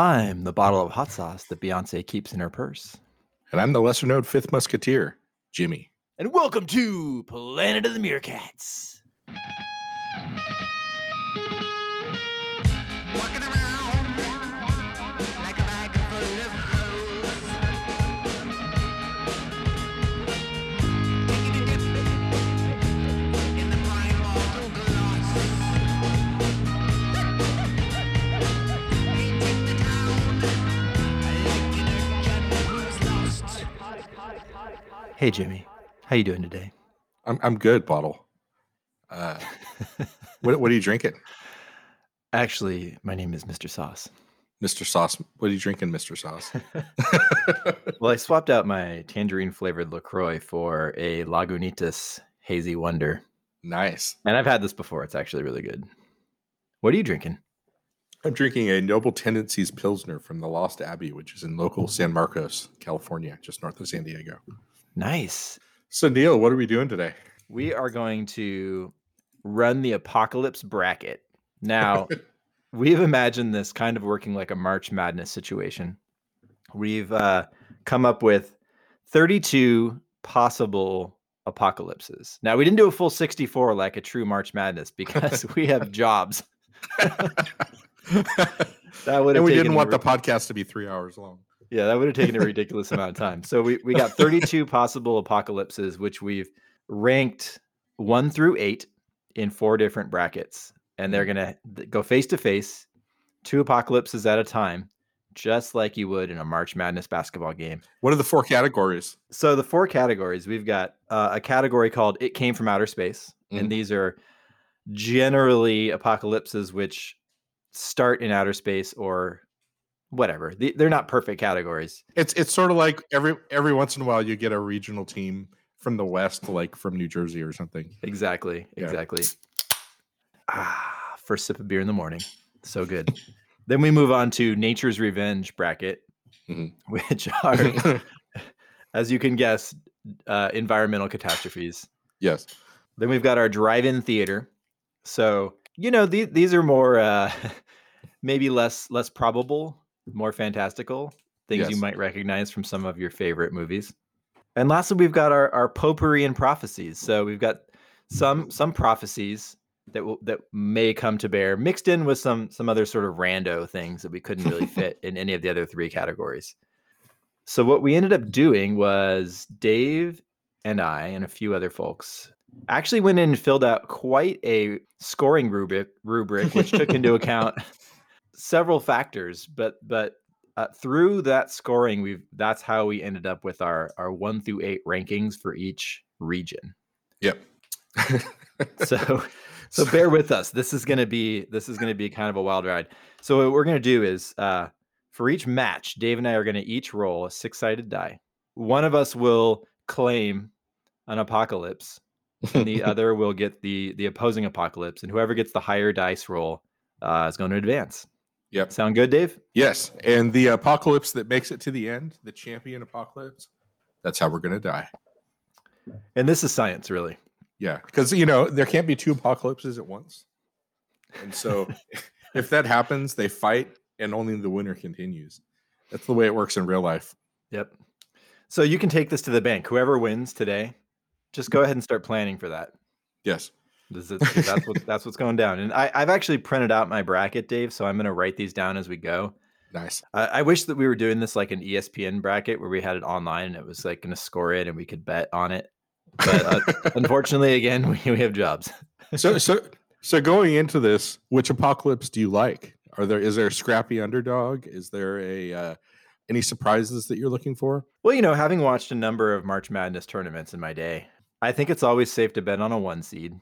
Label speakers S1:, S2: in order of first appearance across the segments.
S1: I'm the bottle of hot sauce that Beyonce keeps in her purse.
S2: And I'm the lesser known fifth musketeer, Jimmy.
S1: And welcome to Planet of the Meerkats.
S3: Walking around like a bag full of hoes. Taking a dip in the fine water glass. Painting the town like an urchin who's lost.
S1: Hey Jimmy, how you doing today?
S2: I'm I'm good, bottle. Uh, what what are you drinking,
S1: Actually, my name is Mr. Sauce.
S2: Mister Sauce? What are you drinking, Mister Sauce?
S1: Well, I swapped out my tangerine flavored LaCroix for a Lagunitas Hazy Wonder.
S2: nice.
S1: And I've had this before. It's actually really good. What are you drinking?
S2: I'm drinking a Noble Tendencies Pilsner from the Lost Abbey, which is in local San Marcos, California, just north of San Diego.
S1: Nice.
S2: So Neil, what are we doing today?
S1: We are going to run the apocalypse bracket. Now, we've imagined this kind of working like a March Madness situation. We've uh, come up with 32 possible apocalypses. Now, we didn't do a full 64 like a true March Madness because we have jobs. That would
S2: and
S1: have
S2: we
S1: taken
S2: didn't want
S1: a
S2: the podcast to be three hours long.
S1: Yeah, that would have taken a ridiculous amount of time. So we, we got 32 possible apocalypses, which we've ranked one through eight in four different brackets. And they're going to go face to face, two apocalypses at a time, just like you would in a March Madness basketball game.
S2: What are the four categories?
S1: So the four categories we've got uh, a category called "It Came from Outer Space,"
S2: Mhm.
S1: and these are generally apocalypses which start in outer space or whatever. The- They're not perfect categories.
S2: It's it's sort of like every every once in a while you get a regional team from the west, like from New Jersey or something.
S1: Exactly.
S2: Yeah.
S1: Exactly. Ah, first sip of beer in the morning. So good. then we move on to Nature's Revenge bracket,
S2: Mhm.
S1: which are, as you can guess, uh, environmental catastrophes.
S2: yes.
S1: Then we've got our drive-in theater. So you know these these are more uh, maybe less less probable, more fantastical things you
S2: Yes.
S1: might recognize from some of your favorite movies. And lastly, we've got our our potpourri and prophecies. So we've got some some prophecies that will, that may come to bear, mixed in with some some other sort of rando things that we couldn't really fit in any of the other three categories. So what we ended up doing was Dave and I and a few other folks actually went in and filled out quite a scoring rubric rubric which took into account several factors but but uh, through that scoring we've that's how we ended up with our our 1 through 8 rankings for each region
S2: Yep.
S1: so so bear with us this is going to be this is going to be kind of a wild ride so what we're going to do is uh for each match dave and i are going to each roll a six-sided die one of us will claim an apocalypse and the other will get the the opposing apocalypse, and whoever gets the higher dice roll uh, is going to advance.
S2: Yep.
S1: Sound good, Dave?
S2: Yes, and the apocalypse that makes it to the end, the champion apocalypse. That's how we're gonna die.
S1: And this is science, really.
S2: Yeah, because you know there can't be two apocalypses at once, and so if that happens, they fight, and only the winner continues. That's the way it works in real life.
S1: Yep. So you can take this to the bank. Whoever wins today, just go ahead and start planning for that.
S2: Yes.
S1: This is, that's what that's what's going down. And I, I've actually printed out my bracket, Dave. So I'm going to write these down as we go.
S2: Nice.
S1: I, I wish that we were doing this like an E ESPN bracket where we had it online and it was like going to score it and we could bet on it. But uh, unfortunately, again, we, we have jobs.
S2: So so so going into this, which apocalypse do you like? Are there is there a scrappy underdog? Is there a uh, any surprises that you're looking for?
S1: Well, you know, having watched a number of March Madness tournaments in my day, I think it's always safe to bet on a one seed.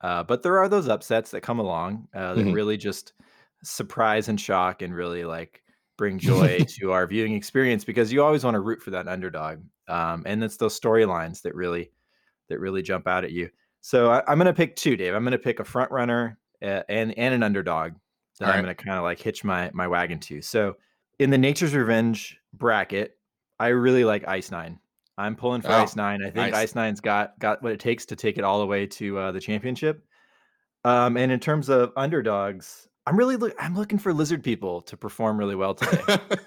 S1: Uh, but there are those upsets that come along uh, that
S2: Mhm.
S1: really just surprise and shock and really like bring joy to our viewing experience because you always want to root for that underdog. Um, and it's those storylines that really that really jump out at you. So I, I'm going to pick two, Dave. I'm going to pick a front runner uh, and and an underdog that
S2: All
S1: I'm
S2: right.
S1: going to kind of like hitch my my wagon to. So in the Nature's Revenge bracket, I really like Ice Nine. I'm pulling for
S2: Oh,
S1: Ice Nine. I think
S2: nice.
S1: Ice Nine's got got what it takes to take it all the way to uh, the championship. Um, and in terms of underdogs, I'm really look, I'm looking for lizard people to perform really well today.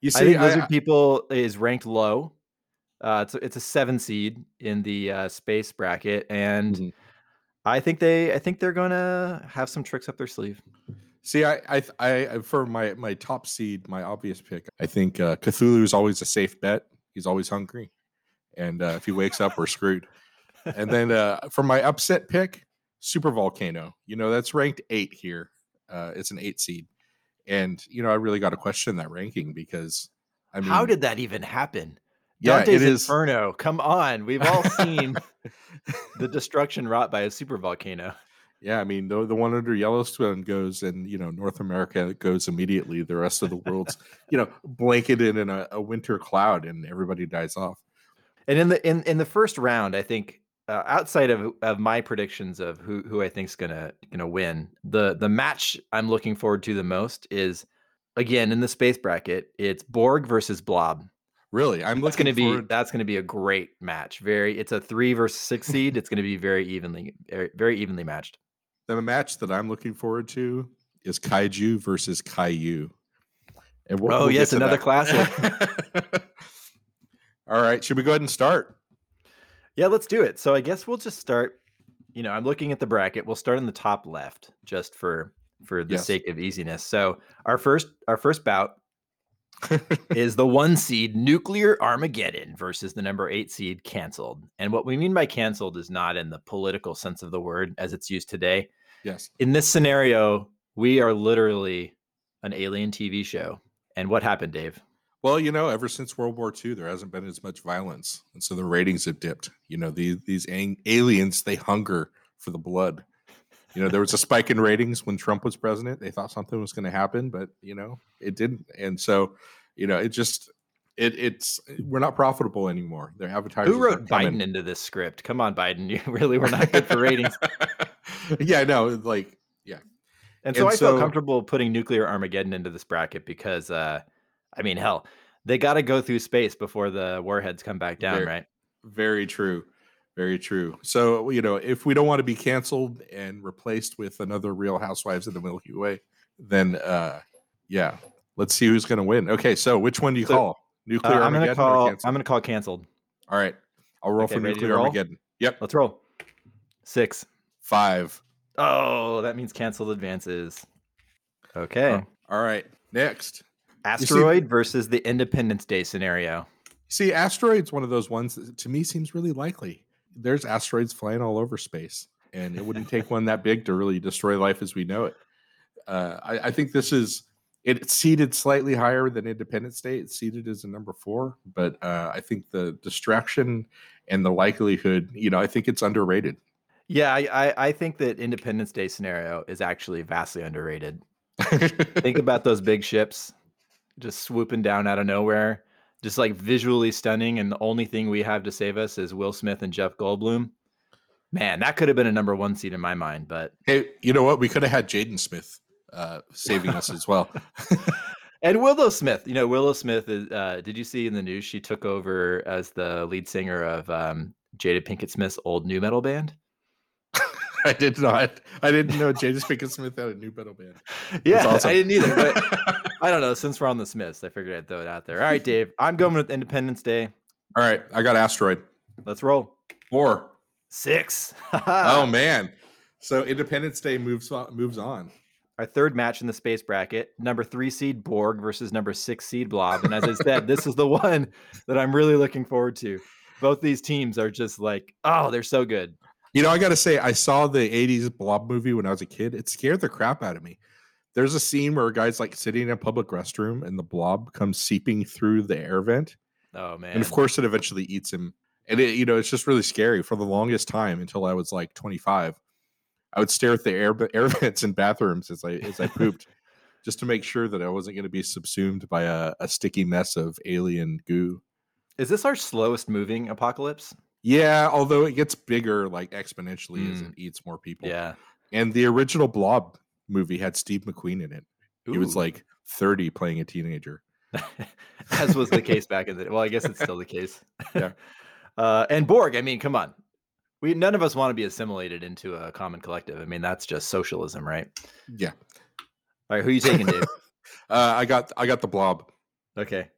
S2: you
S1: I
S2: see,
S1: think
S2: I,
S1: Lizard People is ranked low. Uh, it's a, it's a seven seed in the uh, space bracket, and
S2: Mhm.
S1: I think they I think they're gonna have some tricks up their sleeve.
S2: see, I, I, I, for my my top seed, my obvious pick, I think uh, Cthulhu is always a safe bet. He's always hungry, and uh, if he wakes up, we're screwed. And then uh, for my upset pick, Super Volcano. You know that's ranked eight here. Uh, it's an eight seed, and you know I really got to question that ranking because I mean,
S1: How did that even happen?
S2: yeah,
S1: Dante's
S2: it is.
S1: Inferno. Come on, we've all seen the destruction wrought by a super volcano.
S2: Yeah, I mean the the one under Yellowstone goes, and you know North America goes immediately. The rest of the world's you know blanketed in a, a winter cloud, and everybody dies off.
S1: And in the in in the first round, I think uh, outside of of my predictions of who who I think's gonna gonna win, the the match I'm looking forward to the most is again in the space bracket. It's Borg versus Blob.
S2: Really, I'm
S1: That's
S2: looking
S1: gonna be
S2: forward-
S1: that's gonna be a great match. Very, it's a three versus six seed. It's gonna be very evenly very- very evenly matched.
S2: the match that I'm looking forward to is Kaiju versus Caillou. And
S1: Oh,
S2: get
S1: yes,
S2: to
S1: another
S2: that.
S1: classic.
S2: All right, should we go ahead and start?
S1: Yeah, let's do it. So I guess we'll just start. You know, I'm looking at the bracket. We'll start in the top left just for for the
S2: Yes.
S1: sake of easiness. So our first our first bout is the one seed nuclear armageddon versus the number eight seed canceled and what we mean by canceled is not in the political sense of the word as it's used today
S2: yes.
S1: in this scenario we are literally an alien tv show and what happened dave
S2: Well, you know, ever since World War II, there hasn't been as much violence, and so the ratings have dipped. You know, these these ang- aliens they hunger for the blood. You know, there was a spike in ratings when Trump was president. They thought something was going to happen, but you know, it didn't. And so, you know, it just it it's we're not profitable anymore. Their advertisers
S1: who wrote biden into this script come on biden you really were not good for ratings
S2: yeah, no, like
S1: and so
S2: And
S1: i felt
S2: so-
S1: comfortable putting nuclear armageddon into this bracket because uh i mean hell they got to go through space before the warheads come back down
S2: Very-
S1: right
S2: Very true. Very true. So, you know, if we don't want to be canceled and replaced with another Real Housewives of the Milky Way, then uh yeah, let's see who's going to win. Okay, so which one do you
S1: So,
S2: call?
S1: Uh,
S2: Nuclear
S1: i'm gonna
S2: Armageddon or
S1: call i'm
S2: canceled?
S1: gonna call canceled
S2: All right. I'll roll
S1: Okay,
S2: for
S1: ready to
S2: Nuclear
S1: roll?
S2: Armageddon. Yep.
S1: Let's roll. Six.
S2: 5.
S1: Oh, that means canceled advances.
S2: Oh,
S1: Okay.
S2: All right. Next. see-
S1: Asteroid versus the Independence Day scenario.
S2: See, asteroids one of those ones that to me seems really likely. There's asteroids flying all over space, and it wouldn't take one that big to really destroy life as we know it. Uh, I, I think this is it seeded slightly higher than Independence Day. It's seeded as a number four, but uh, I think the distraction and the likelihood, you know, I think it's underrated.
S1: Yeah, I, I, I think that Independence Day scenario is actually vastly underrated. Think about those big ships just swooping down out of nowhere, just like visually stunning. And the only thing we have to save us is Will Smith and Jeff Goldblum. Man, that could have been a number one seed in my mind, but
S2: hey, you know what? We could have had Jaden Smith uh, saving us as well.
S1: And Willow Smith, you know, Willow Smith is. Uh, did you see in the news she took over as the lead singer of um, Jada Pinkett Smith's old new metal band?
S2: I did not. I didn't know Jaden Pinkett Smith had a new metal band.
S1: Yeah,
S2: awesome.
S1: I didn't either. But I don't know. Since we're on the Smiths, I figured I'd throw it out there. All right, Dave, I'm going with Independence Day.
S2: All right, I got asteroid
S1: Let's roll
S2: four.
S1: six.
S2: Oh man! So Independence Day moves on, moves on.
S1: Our third match in the space bracket: number three seed Borg versus number six seed Blob. And as I said, this is the one that I'm really looking forward to. Both these teams are just like, oh, they're so good.
S2: You know, I got to say, I saw the '80s Blob movie when I was a kid. It scared the crap out of me. There's a scene where a guy's like sitting in a public restroom, and the blob comes seeping through the air vent,
S1: Oh man.
S2: and of course, it eventually eats him. And it, you know, it's just really scary. For the longest time, until I was like 25, I would stare at the air air vents in bathrooms as I as I pooped, just to make sure that I wasn't going to be subsumed by a, a sticky mess of alien goo.
S1: Is this our slowest moving apocalypse?
S2: Yeah, although it gets bigger like exponentially as
S1: Mm.
S2: it eats more people.
S1: Yeah.
S2: And the original Blob movie had Steve McQueen in it. He was
S1: Ooh.
S2: like 30 playing a teenager.
S1: as was the case back in the well, I guess it's still the case.
S2: Yeah.
S1: Uh, and Borg, I mean, come on. we none of us want to be assimilated into a common collective. I mean, that's just socialism, right?
S2: Yeah.
S1: All right, who you taking, Dave?
S2: Uh, I got I got the blob.
S1: okay.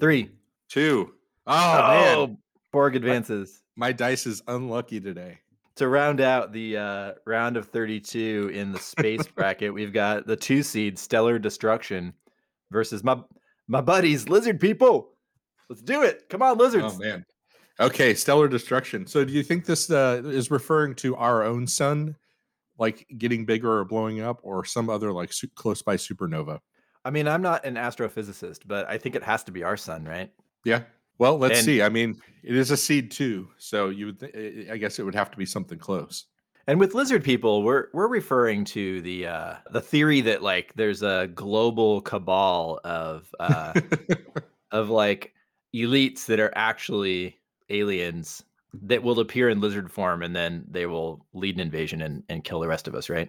S1: Three.
S2: Two. Oh, man.
S1: Borg advances.
S2: My dice is unlucky today.
S1: to round out the uh, round of 32 in the space bracket, we've got the two seed Stellar Destruction versus my my buddies Lizard People. Let's do it! Come on, lizards!
S2: Oh man. Okay, stellar destruction. So do you think this uh, is referring to our own sun like getting bigger or blowing up or some other like su- close by supernova?
S1: I mean, I'm not an astrophysicist, but I think it has to be our sun, right?
S2: Yeah. Well, let's
S1: And-
S2: see. I mean, it is a seed too, so you would. Th- I guess it would have to be something close.
S1: And with lizard people, we're we're referring to the uh, the theory that like there's a global cabal of uh, of like elites that are actually aliens that will appear in lizard form and then they will lead an invasion and, and kill the rest of us, right?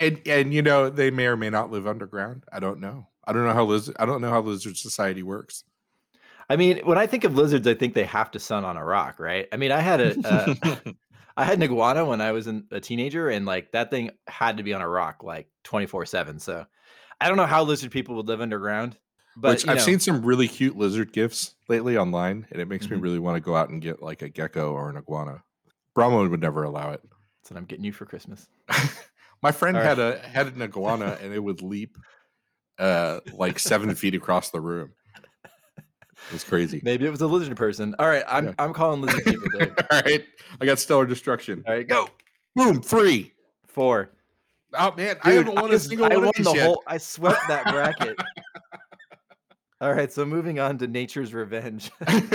S2: and and you know they may or may not live underground. I don't know. I don't know how lizard. I don't know how lizard society works.
S1: I mean, when I think of lizards, I think they have to sun on a rock, right? I mean, I had a uh, I had an iguana when I was an, a teenager, and like that thing had to be on a rock like twenty four seven. So I don't know how lizard people would live underground, but
S2: Which
S1: you
S2: I've
S1: know,
S2: seen some really cute lizard gifs lately online, and it makes me
S1: Mhm.
S2: really want to go out and get like a gecko or an iguana. Brahma would never allow it.
S1: That's what I'm getting you for Christmas.
S2: My friend
S1: All right.
S2: had a had an iguana, and it would leap uh like seven feet across the room. It was crazy.
S1: Maybe it was a lizard person. All right, I'm
S2: Yeah.
S1: I'm calling lizard people. Dave.
S2: All right, I got stellar destruction.
S1: All right, go
S2: Boom, three.
S1: four.
S2: Oh man, I
S1: Dude,
S2: haven't won a
S1: was-
S2: single
S1: I
S2: one
S1: won
S2: of these
S1: the
S2: yet.
S1: whole. I swept that bracket. All right, so moving on to nature's revenge.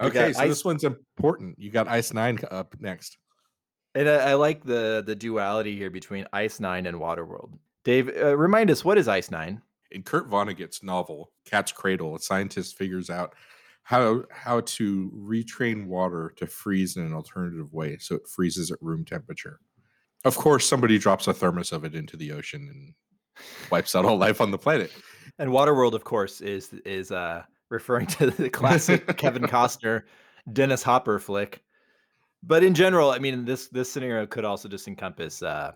S1: We
S2: okay,
S1: got
S2: so this one's important. You got Ice Nine c- up next.
S1: And I, I like the the duality here between Ice Nine and Waterworld. Dave, uh, remind us what is Ice Nine?
S2: In Kurt Vonnegut's novel *Cat's Cradle*, a scientist figures out how how to retrain water to freeze in an alternative way, so it freezes at room temperature. Of course, somebody drops a thermos of it into the ocean and wipes out all life on the planet.
S1: And Waterworld, of course, is is uh, referring to the classic Kevin Costner, Dennis Hopper flick. But in general, I mean, this this scenario could also just encompass, uh,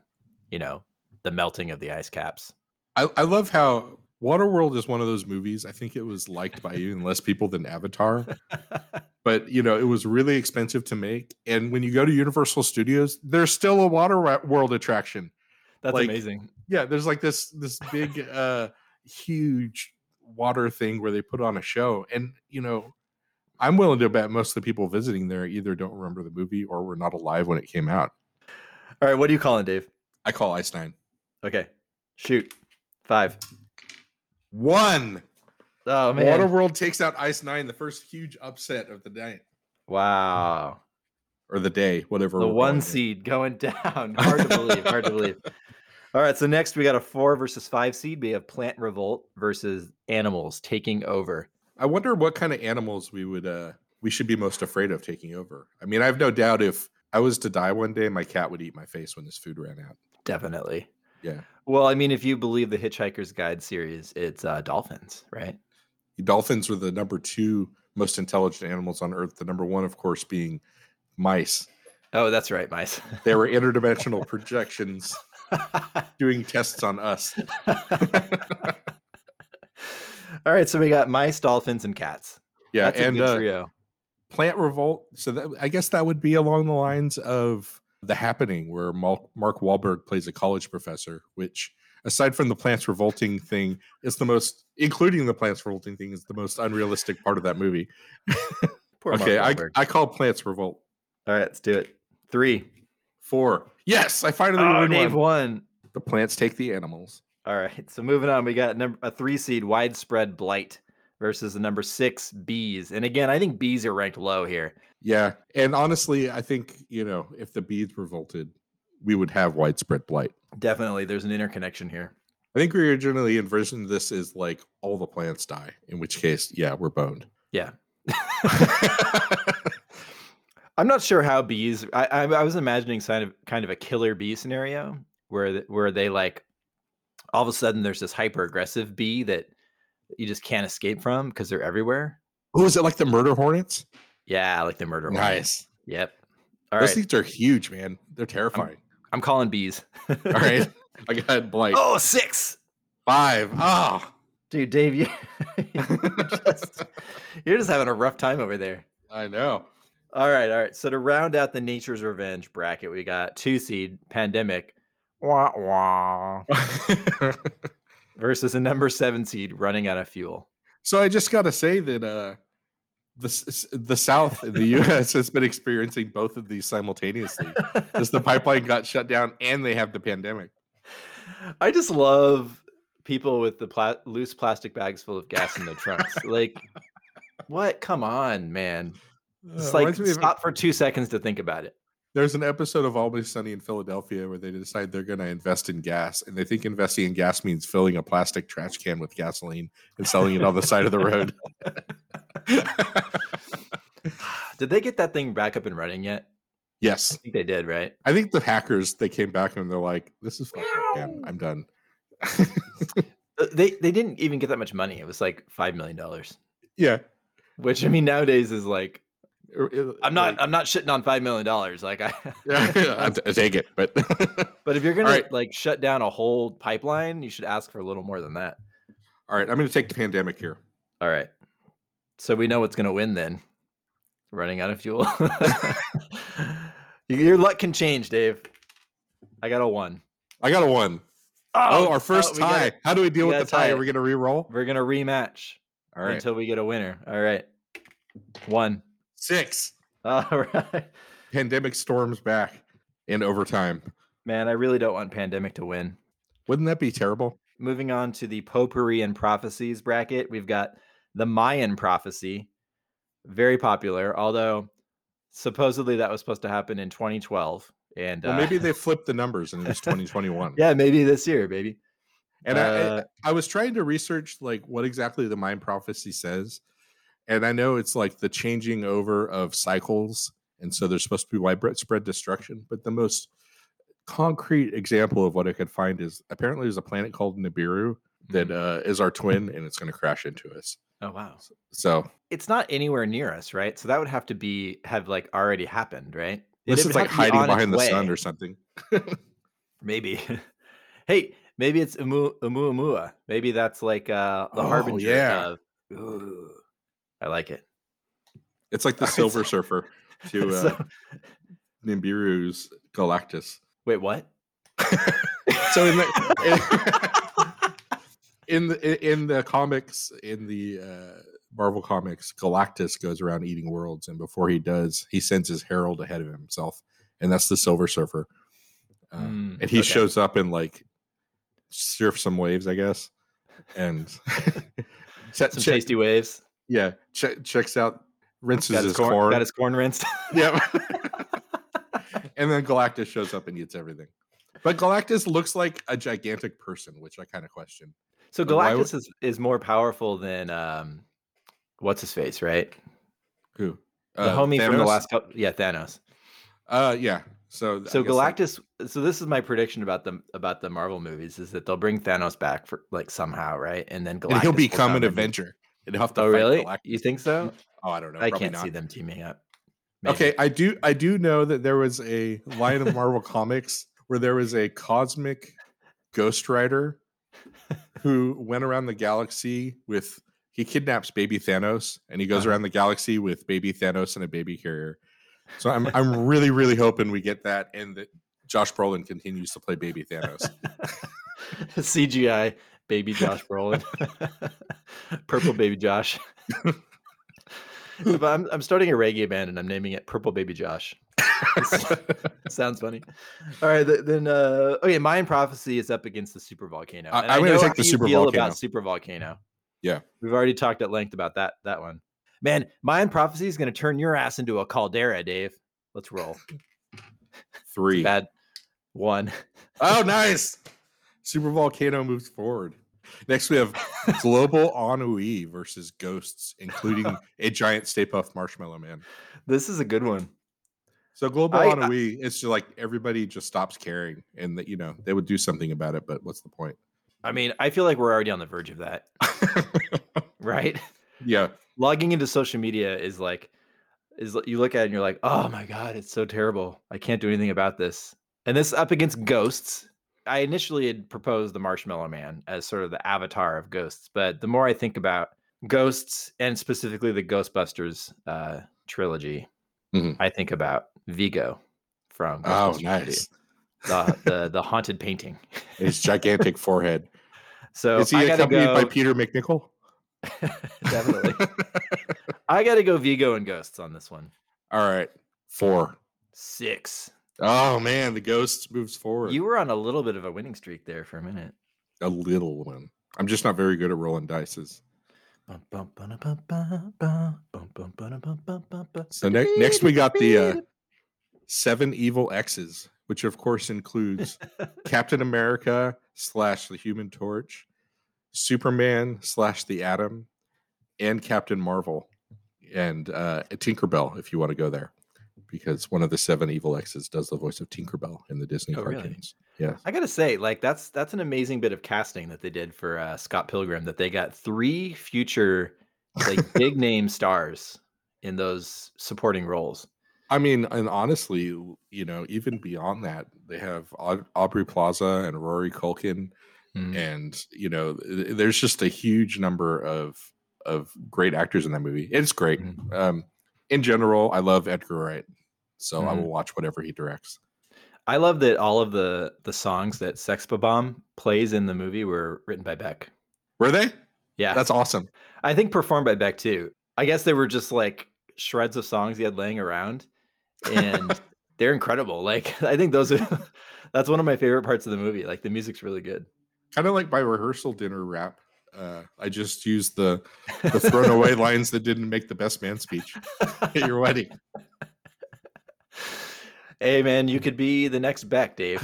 S1: you know, the melting of the ice caps.
S2: I, I love how Waterworld is one of those movies. I think it was liked by even less people than Avatar. but you know it was really expensive to make and when you go to universal studios there's still a water Ra- world attraction
S1: That's
S2: Like-
S1: amazing.
S2: yeah there's like this this big uh huge water thing where they put on a show and you know i'm willing to bet most of the people visiting there either don't remember the movie or were not alive when it came out
S1: All right, what are you calling, Dave?
S2: i call ice nine
S1: Okay, shoot, five.
S2: one
S1: Oh man,
S2: water world takes out ice nine the first huge upset of the night
S1: wow.
S2: or the day whatever
S1: the
S2: we're
S1: one
S2: calling it.
S1: seed going down. Hard to believe. Hard to believe. All right. So next we got a four versus five seed. We have Plant Revolt versus Animals taking over.
S2: I wonder what kind of animals we would uh we should be most afraid of taking over. I mean, I have no doubt if I was to die one day, my cat would eat my face when this food ran out.
S1: Definitely.
S2: Yeah.
S1: Well, I mean, if you believe the Hitchhiker's Guide series, it's uh, dolphins, right?
S2: Dolphins are the number two most intelligent animals on Earth. The number one, of course, being mice.
S1: Oh, that's right, mice.
S2: They were interdimensional projections doing tests on us.
S1: All right. So we got mice, dolphins, and cats.
S2: Yeah,
S1: that's a
S2: and
S1: good
S2: uh,
S1: trio.
S2: plant revolt. So that, I guess that would be along the lines of the happening, where Mal- Mark Wahlberg plays a college professor. Which, aside from the plants revolting thing, is the most, including the plants revolting thing, is the most unrealistic part of that movie.
S1: Poor Mark
S2: okay, I,
S1: Wahlberg.
S2: I call plants revolt
S1: All right. Let's do it. Three.
S2: four. Yes, I finally
S1: Oh,
S2: won
S1: Dave
S2: one.
S1: won.
S2: The plants take the animals.
S1: All right. So moving on, we got number a three seed widespread blight versus the number six bees. And again, I think bees are ranked low here.
S2: Yeah, and honestly, I think you know if the bees revolted, we would have widespread blight.
S1: Definitely, there's an interconnection here.
S2: I think we originally envisioned this as like all the plants die, in which case, yeah, we're boned.
S1: Yeah. I'm not sure how bees. I I, I was imagining kind of kind of a killer bee scenario where th- where they like all of a sudden there's this hyper aggressive bee that you just can't escape from because they're everywhere.
S2: Oh, is it like the murder hornets?
S1: Yeah, like the murder. hornet. Yep. All
S2: Those
S1: right.
S2: things are huge, man. They're terrifying.
S1: I'm calling bees.
S2: All right. I got like
S1: oh, six.
S2: five. Ah.
S1: Dude, Dave, you, you're, just, you're just having a rough time over there.
S2: I know.
S1: All right, all right. So to round out the Nature's Revenge bracket, we got two seed pandemic wah, wah, versus a number seven seed running out of fuel.
S2: so I just got to say that uh, the s- s- the South in the U.S. has been experiencing both of these simultaneously, as the pipeline got shut down and they have the pandemic.
S1: I just love people with the pla- loose plastic bags full of gas in their trunks. like, what? Come on, man. It's
S2: Uh,
S1: like
S2: reminds me of-
S1: stop for two seconds to think about it.
S2: There's an episode of Always Sunny in Philadelphia where they decide they're going to invest in gas, and they think investing in gas means filling a plastic trash can with gasoline and selling it on the side of the road.
S1: Did they get that thing back up and running yet?
S2: yes,
S1: I think they did, right?
S2: I think the hackers they came back and they're like, "This is fucked up, man. I'm done."
S1: Uh, They they didn't even get that much money. It was like five million dollars,
S2: yeah,
S1: which I mean nowadays is like
S2: Or, uh,
S1: I'm not
S2: like-
S1: I'm not shitting on five million dollars. Like I,
S2: yeah, I t- I take it, but
S1: but if you're gonna
S2: right.
S1: like shut down a whole pipeline, you should ask for a little more than that.
S2: all right, I'm going to take the pandemic here.
S1: All right. So we know what's gonna win then. Running out of fuel. Your luck can change, Dave. I got a one.
S2: I got a one. Oh, our first
S1: we
S2: tie.
S1: gotta-
S2: How do we deal
S1: we
S2: with
S1: gotta
S2: the tie?
S1: tie
S2: Are we going to re-roll?
S1: We're gonna rematch
S2: All right,
S1: until we get a winner. All right. One.
S2: six.
S1: All right.
S2: Pandemic storms back in overtime.
S1: Man, I really don't want pandemic to win.
S2: Wouldn't that be terrible?
S1: Moving on to the potpourri and prophecies bracket, we've got the Mayan prophecy, very popular, although supposedly that was supposed to happen in 2012. And
S2: Well,
S1: uh,
S2: maybe they flipped the numbers and it was 2021.
S1: yeah, maybe this year, baby.
S2: And
S1: Uh,
S2: I, I was trying to research like what exactly the mind prophecy says. And I know it's like the changing over of cycles. And so there's supposed to be widespread destruction. But the most concrete example of what I could find is apparently there's a planet called Nibiru that uh, is our twin and it's going to crash into us.
S1: mm-hmm. Oh wow.
S2: So
S1: It's not anywhere near us, right? So that would have to be have like already happened, right? It
S2: this
S1: would
S2: is like
S1: have to be
S2: hiding
S1: on its
S2: behind the sun
S1: way.
S2: or something.
S1: Maybe. hey, maybe it's Umu Umuamua. Maybe that's like uh the
S2: Oh,
S1: harbinger
S2: yeah.
S1: of ooh. I like it.
S2: It's like the
S1: It's-
S2: Silver Surfer to uh,
S1: So-
S2: Nibiru's Galactus.
S1: wait, what?
S2: So in Um, the in, in the in the comics in the uh, Marvel comics, Galactus goes around eating worlds, and before he does, he sends his herald ahead of himself, and that's the Silver Surfer. Uh,
S1: Mm,
S2: and he
S1: okay.
S2: shows up and like surfs some waves, I guess, and che-
S1: Some
S2: che-
S1: tasty waves.
S2: yeah, che- checks out, rinses
S1: Got
S2: his
S1: his corn,
S2: corn.
S1: got his corn rinsed.
S2: Yep. and then Galactus shows up and eats everything. But Galactus looks like a gigantic person, which I kind of question.
S1: So
S2: But why would-
S1: Galactus is, is more powerful than um what's his face, right?
S2: Who?
S1: The homie from the
S2: Uh, Thanos?
S1: last couple yeah, Thanos.
S2: Uh, yeah. So, I
S1: So
S2: guess, like-
S1: Galactus so this is my prediction about the about the Marvel movies is that they'll bring Thanos back for like somehow, right? And then Galactus
S2: and he'll
S1: will
S2: become
S1: come
S2: an
S1: and be-
S2: Avenger. And he'll have to
S1: Oh
S2: fight
S1: really?
S2: Galactus.
S1: You think so?
S2: Oh, I don't know.
S1: I
S2: probably
S1: can't
S2: not.
S1: see them teaming up.
S2: Okay, I do. I do know that there was a line of Marvel comics where there was a cosmic Ghost Rider who went around the galaxy with he kidnaps baby Thanos and he goes
S1: Uh-huh.
S2: around the galaxy with baby Thanos and a baby carrier. So I'm I'm really really hoping we get that and that Josh Brolin continues to play baby Thanos.
S1: CGI baby Josh Brolin, purple baby Josh. If I'm, I'm starting a reggae band and I'm naming it Purple Baby Josh. Sounds funny. All right, th- then. Uh, okay, Mayan Prophecy is up against the Super Volcano.
S2: I-
S1: and
S2: I'm gonna
S1: know
S2: take
S1: how
S2: the
S1: you
S2: Super
S1: feel
S2: Volcano.
S1: About Super Volcano.
S2: Yeah.
S1: we've already talked at length about that that one. Man, Mayan Prophecy is going to turn your ass into a caldera, Dave. Let's roll.
S2: Three.
S1: Bad one.
S2: Oh, nice. Super Volcano moves forward. Next, we have Global Ennui versus Ghosts, including a giant Stay Puff Marshmallow Man.
S1: This is a good one.
S2: So, Global
S1: I- uh, I-
S2: Ennui, it's just like everybody just stops caring and that, you know, they would do something about it, but what's the point?
S1: I mean, I feel like we're already on the verge of that, right?
S2: yeah.
S1: Logging into social media is like is l- you look at it and you're like, oh my god, it's so terrible. I can't do anything about this. And this is up against ghosts. I initially had proposed the Marshmallow Man as sort of the avatar of ghosts, but the more I think about ghosts and specifically the Ghostbusters uh, trilogy,
S2: Mhm.
S1: I think about Vigo from
S2: Oh,
S1: Ghostbusters trilogy,
S2: nice.
S1: the, the the haunted painting.
S2: His gigantic forehead.
S1: So
S2: Is he
S1: I gotta
S2: accompanied
S1: go.
S2: by Peter McNichol?
S1: definitely, I gotta go Vigo and ghosts on this one.
S2: All right. Four.
S1: Six.
S2: Oh man, the ghost moves forward.
S1: You were on a little bit of a winning streak there for a minute.
S2: a little one. I'm just not very good at rolling dices.
S1: Bum, bum, bada, bum, ba, ba, bum, bum, bada, bum, bum, bum, ba.
S2: So ne- next we got the uh, seven evil X's, which of course includes Captain America slash the Human Torch, Superman slash the Atom, and Captain Marvel, and uh, Tinkerbell if you want to go there, because one of the seven evil X's does the voice of Tinkerbell in the Disney
S1: Oh, really?
S2: cartoons. Yes.
S1: I gotta say, like that's that's an amazing bit of casting that they did for uh, Scott Pilgrim. That they got three future, like big name stars in those supporting roles.
S2: I mean, and honestly, you know, even beyond that, they have Au- Aubrey Plaza and Rory Culkin
S1: Mm-hmm.
S2: and you know th- there's just a huge number of of great actors in that movie it's great
S1: Mhm.
S2: um in general i love edgar wright so i
S1: Mhm.
S2: will watch whatever he directs
S1: I love that all of the the songs that Sex Bomb plays in the movie were written by Beck.
S2: were they
S1: Yeah,
S2: that's awesome
S1: I think performed by Beck too. I guess they were just like shreds of songs he had laying around, and they're incredible. Like I think those are that's one of my favorite parts of the movie. Like the music's really good.
S2: kind of like my rehearsal dinner rap uh i just used the the thrown away lines that didn't make the best man speech at your wedding
S1: hey man, you could be the next Beck, Dave.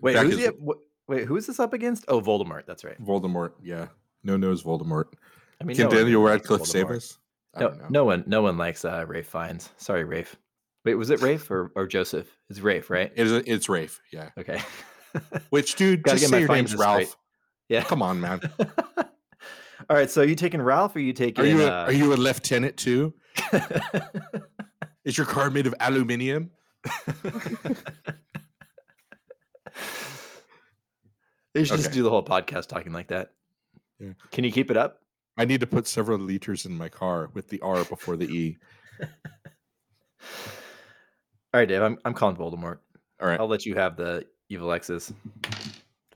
S1: Wait,
S2: Beck
S1: who's
S2: is
S1: he up, wh- wait, who's this up against? Oh, Voldemort. That's right.
S2: voldemort yeah no knows voldemort
S1: I mean,
S2: can
S1: no one
S2: daniel
S1: likes
S2: radcliffe save
S1: Voldemort.
S2: us i
S1: No,
S2: don't know
S1: no one, no one likes uh, Rafe Fiennes. Sorry, Rafe. Wait, was it Rafe or, or Joseph? It's Rafe, right?
S2: it's, it's rafe yeah
S1: Okay.
S2: which dude
S1: Gotta get
S2: just
S1: my
S2: say your name's
S1: finances
S2: ralph
S1: straight. yeah.
S2: come on man
S1: All right, so are you taking Ralph or are you taking
S2: Are you a,
S1: uh,
S2: are you a lieutenant too? Is your car made of aluminium?
S1: They should just
S2: Okay.
S1: do the whole podcast talking like that.
S2: Yeah.
S1: Can you keep it up?
S2: I need to put several liters in my car with the R before the E.
S1: All right, Dave, I'm I'm calling Voldemort.
S2: All right,
S1: I'll let you have the evil X's.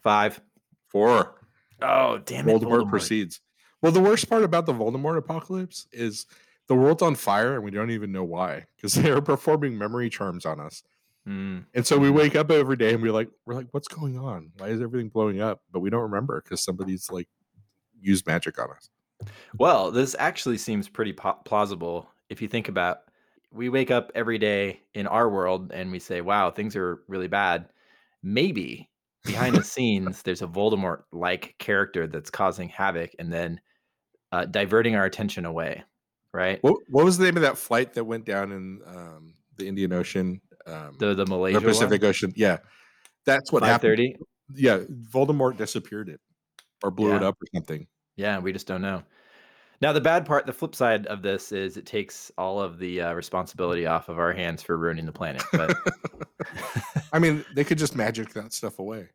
S1: Five.
S2: four.
S1: Oh, damn it.
S2: Voldemort, proceeds. Well, the worst part about the Voldemort apocalypse is the world's on fire and we don't even know why because they are performing memory charms on us.
S1: Mm,
S2: And so we
S1: Mhm.
S2: wake up every day and we're like, we're like, what's going on? Why is everything blowing up? But we don't remember because somebody's like used magic on us.
S1: Well, this actually seems pretty pa- plausible if you think about. We wake up every day in our world and we say, "Wow, things are really bad." Maybe behind the scenes, there's a Voldemort-like character that's causing havoc and then uh, diverting our attention away, right?
S2: What, what was the name of that flight that went down in um, the Indian Ocean? Um,
S1: The the Malaysia
S2: the Pacific Ocean. Yeah, that's what
S1: five
S2: happened.
S1: thirty.
S2: Yeah, Voldemort disappeared it or blew it
S1: Yeah.
S2: up or something.
S1: Yeah, we just don't know. Now, the bad part, the flip side of this is it takes all of the uh, responsibility off of our hands for ruining the planet. But
S2: I mean, they could just magic that stuff away.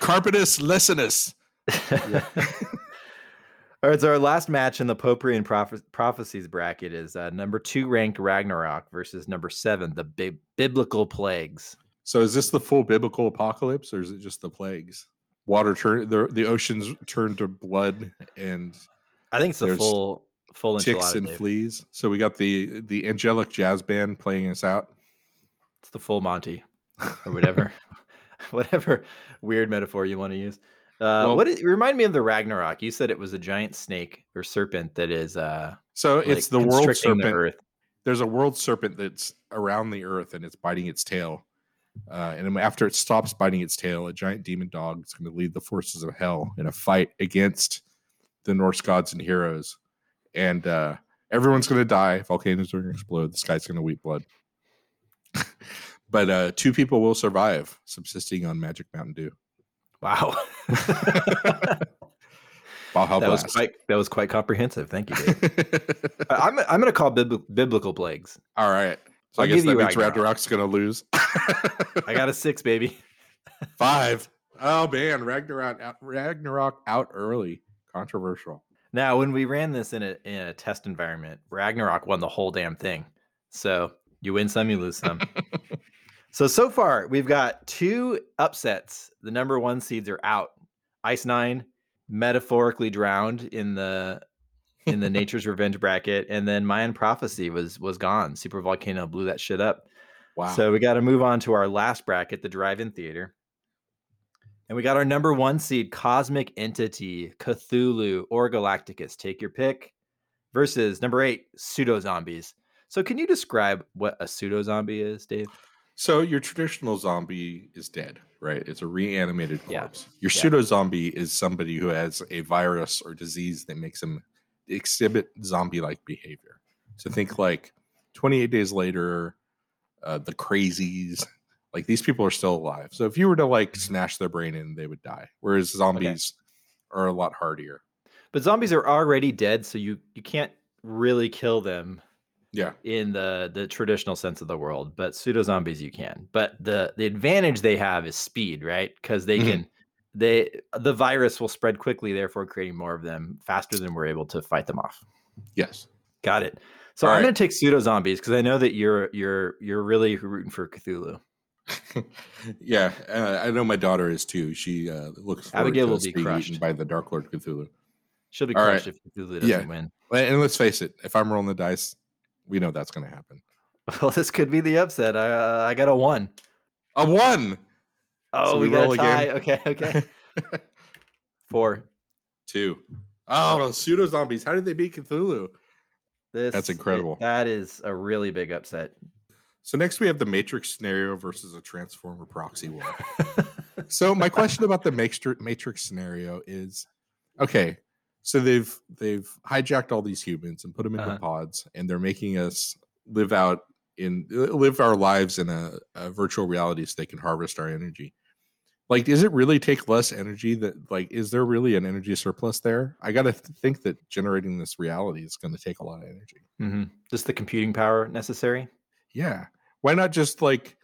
S2: Carpetus licinus.
S1: All right, so our last match in the Popery and Prophe- Prophecies bracket is uh, number two ranked Ragnarok versus number seven, the bi- Biblical Plagues.
S2: So is this the full biblical apocalypse, or is it just the plagues? Water turn the the oceans turn to blood and
S1: I think it's the
S2: There's
S1: full full
S2: ticks
S1: enchilada,
S2: and
S1: Dave.
S2: fleas. So we got the the angelic jazz band playing us out.
S1: It's the full Monty or whatever, whatever weird metaphor you want to use. Uh,
S2: Well-
S1: what is, remind me of the Ragnarok? You said it was a giant snake or serpent that is uh,
S2: So
S1: like,
S2: it's the world
S1: constricting
S2: serpent.
S1: The earth.
S2: there's a world serpent that's around the earth and it's biting its tail. Uh, and then after it stops biting its tail, a giant demon dog is going to lead the forces of hell in a fight against the Norse gods and heroes. And uh, everyone's going to die. Volcanoes are going to explode. The sky's going to weep blood. but uh, two people will survive, subsisting on Magic Mountain Dew.
S1: Wow.
S2: Baja
S1: that was
S2: Blast.
S1: quite that was quite comprehensive. Thank you. Dave. I- I'm I'm gonna call bibl- biblical plagues.
S2: All right. So
S1: I'll
S2: i guess
S1: give
S2: that
S1: you
S2: means
S1: Ragnarok.
S2: Ragnarok's gonna lose.
S1: I got a six, baby.
S2: Five. Oh man, Ragnarok out, Ragnarok out early. Controversial.
S1: Now, when we ran this in a in a test environment, Ragnarok won the whole damn thing. So you win some, you lose some. so so far, we've got two upsets. The number one seeds are out. Ice Nine metaphorically drowned in the in the Nature's Revenge bracket, and then Mayan Prophecy was was gone. Super Volcano blew that shit up.
S2: Wow.
S1: So we got to move on to our last bracket, the drive-in theater. And we got our number one seed, Cosmic Entity, Cthulhu, or Galacticus. Take your pick. Versus number eight, pseudo zombies. So can you describe what a pseudo zombie is, Dave?
S2: So your traditional zombie is dead, right? It's a reanimated
S1: Yeah.
S2: corpse. Your
S1: Yeah.
S2: pseudo zombie is somebody who has a virus or disease that makes them exhibit zombie-like behavior. So think like 28 days later, uh, the crazies. Like these people are still alive. So if you were to like
S1: Mm-hmm.
S2: smash their brain in, they would die. Whereas zombies are a lot hardier.
S1: But zombies are already dead, so you you can't really kill them
S2: Yeah.
S1: in the the traditional sense of the world. But pseudo zombies you can. But the the advantage they have is speed, right? Because they
S2: Mhm.
S1: can they the virus will spread quickly, therefore creating more of them faster than we're able to fight them off.
S2: Yes.
S1: Got it. So
S2: All
S1: I'm
S2: right.
S1: going to take pseudo zombies because I know that you're you're you're really rooting for Cthulhu.
S2: yeah, uh, I know my daughter is too. She uh, looks forward
S1: Abigail
S2: to
S1: will
S2: us
S1: be
S2: being eaten
S1: crushed.
S2: by the Dark Lord Cthulhu.
S1: She'll be
S2: All right.
S1: crushed if Cthulhu doesn't
S2: Yeah.
S1: win.
S2: And and let's face it, if I'm rolling the dice, we know that's going to happen.
S1: Well, this could be the upset. I uh, I got a one.
S2: A one,
S1: Oh, we,
S2: we
S1: got
S2: roll
S1: a tie.
S2: again?
S1: Okay, okay. Four.
S2: two. Oh, those pseudo zombies! How did they beat Cthulhu?
S1: This it-
S2: incredible.
S1: that is a really big upset.
S2: So next we have the Matrix scenario versus a Transformer proxy war. so my question about the Matri- Matrix scenario is, okay, so they've they've hijacked all these humans and put them into
S1: Uh-huh.
S2: pods, and they're making us live out in live our lives in a, a virtual reality so they can harvest our energy. Like, does it really take less energy? That like, is there really an energy surplus there? I got to think that generating this reality is going to take a lot of energy.
S1: hmm Just the computing power necessary.
S2: Yeah. Why not just like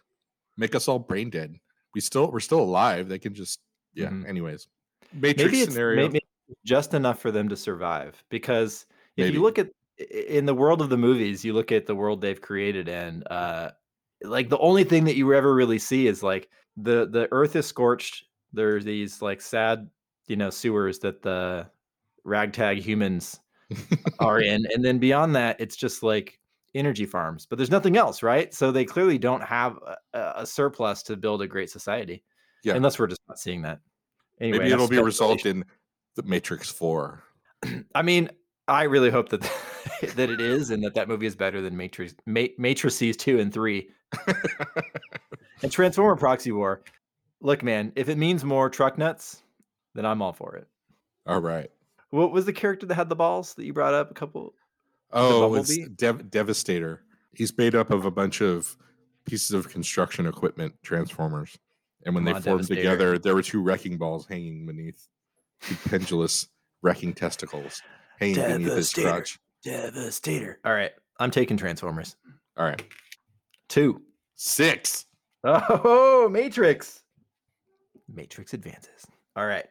S2: make us all brain dead? We still we're still alive. They can just yeah.
S1: Mhm.
S2: Anyways, Matrix
S1: Maybe it's
S2: scenario.
S1: maybe just enough for them to survive because if
S2: Maybe.
S1: you look at i- in the world of the movies, you look at the world they've created and uh like the only thing that you ever really see is like the the earth is scorched. There are these like sad, you know, sewers that the ragtag humans are in. And then beyond that, it's just like energy farms, but there's nothing else, right? So they clearly don't have a, a a surplus to build a great society.
S2: Yeah.
S1: Unless we're just not seeing that. Anyway,
S2: maybe
S1: that's
S2: it'll be a
S1: speculation.
S2: result in the Matrix Four.
S1: I mean, I really hope that that it is, and that that movie is better than Matrix, Ma- Matrices two and three, and Transformer Proxy War. Look, man, if it means more truck nuts, then I'm all for it.
S2: All right.
S1: What was the character that had the balls that you brought up a couple?
S2: Oh, it's
S1: Bumblebee?
S2: Dev- Devastator. He's made up of a bunch of pieces of construction equipment, transformers, and when
S1: Come
S2: they
S1: on,
S2: formed
S1: Devastator.
S2: together, there were two wrecking balls hanging beneath two pendulous wrecking testicles hanging beneath his
S1: Devastator.
S2: crotch.
S1: Devastator. All right, I'm taking Transformers
S2: All right,
S1: two.
S2: six.
S1: Oh, Matrix. Matrix advances. All right.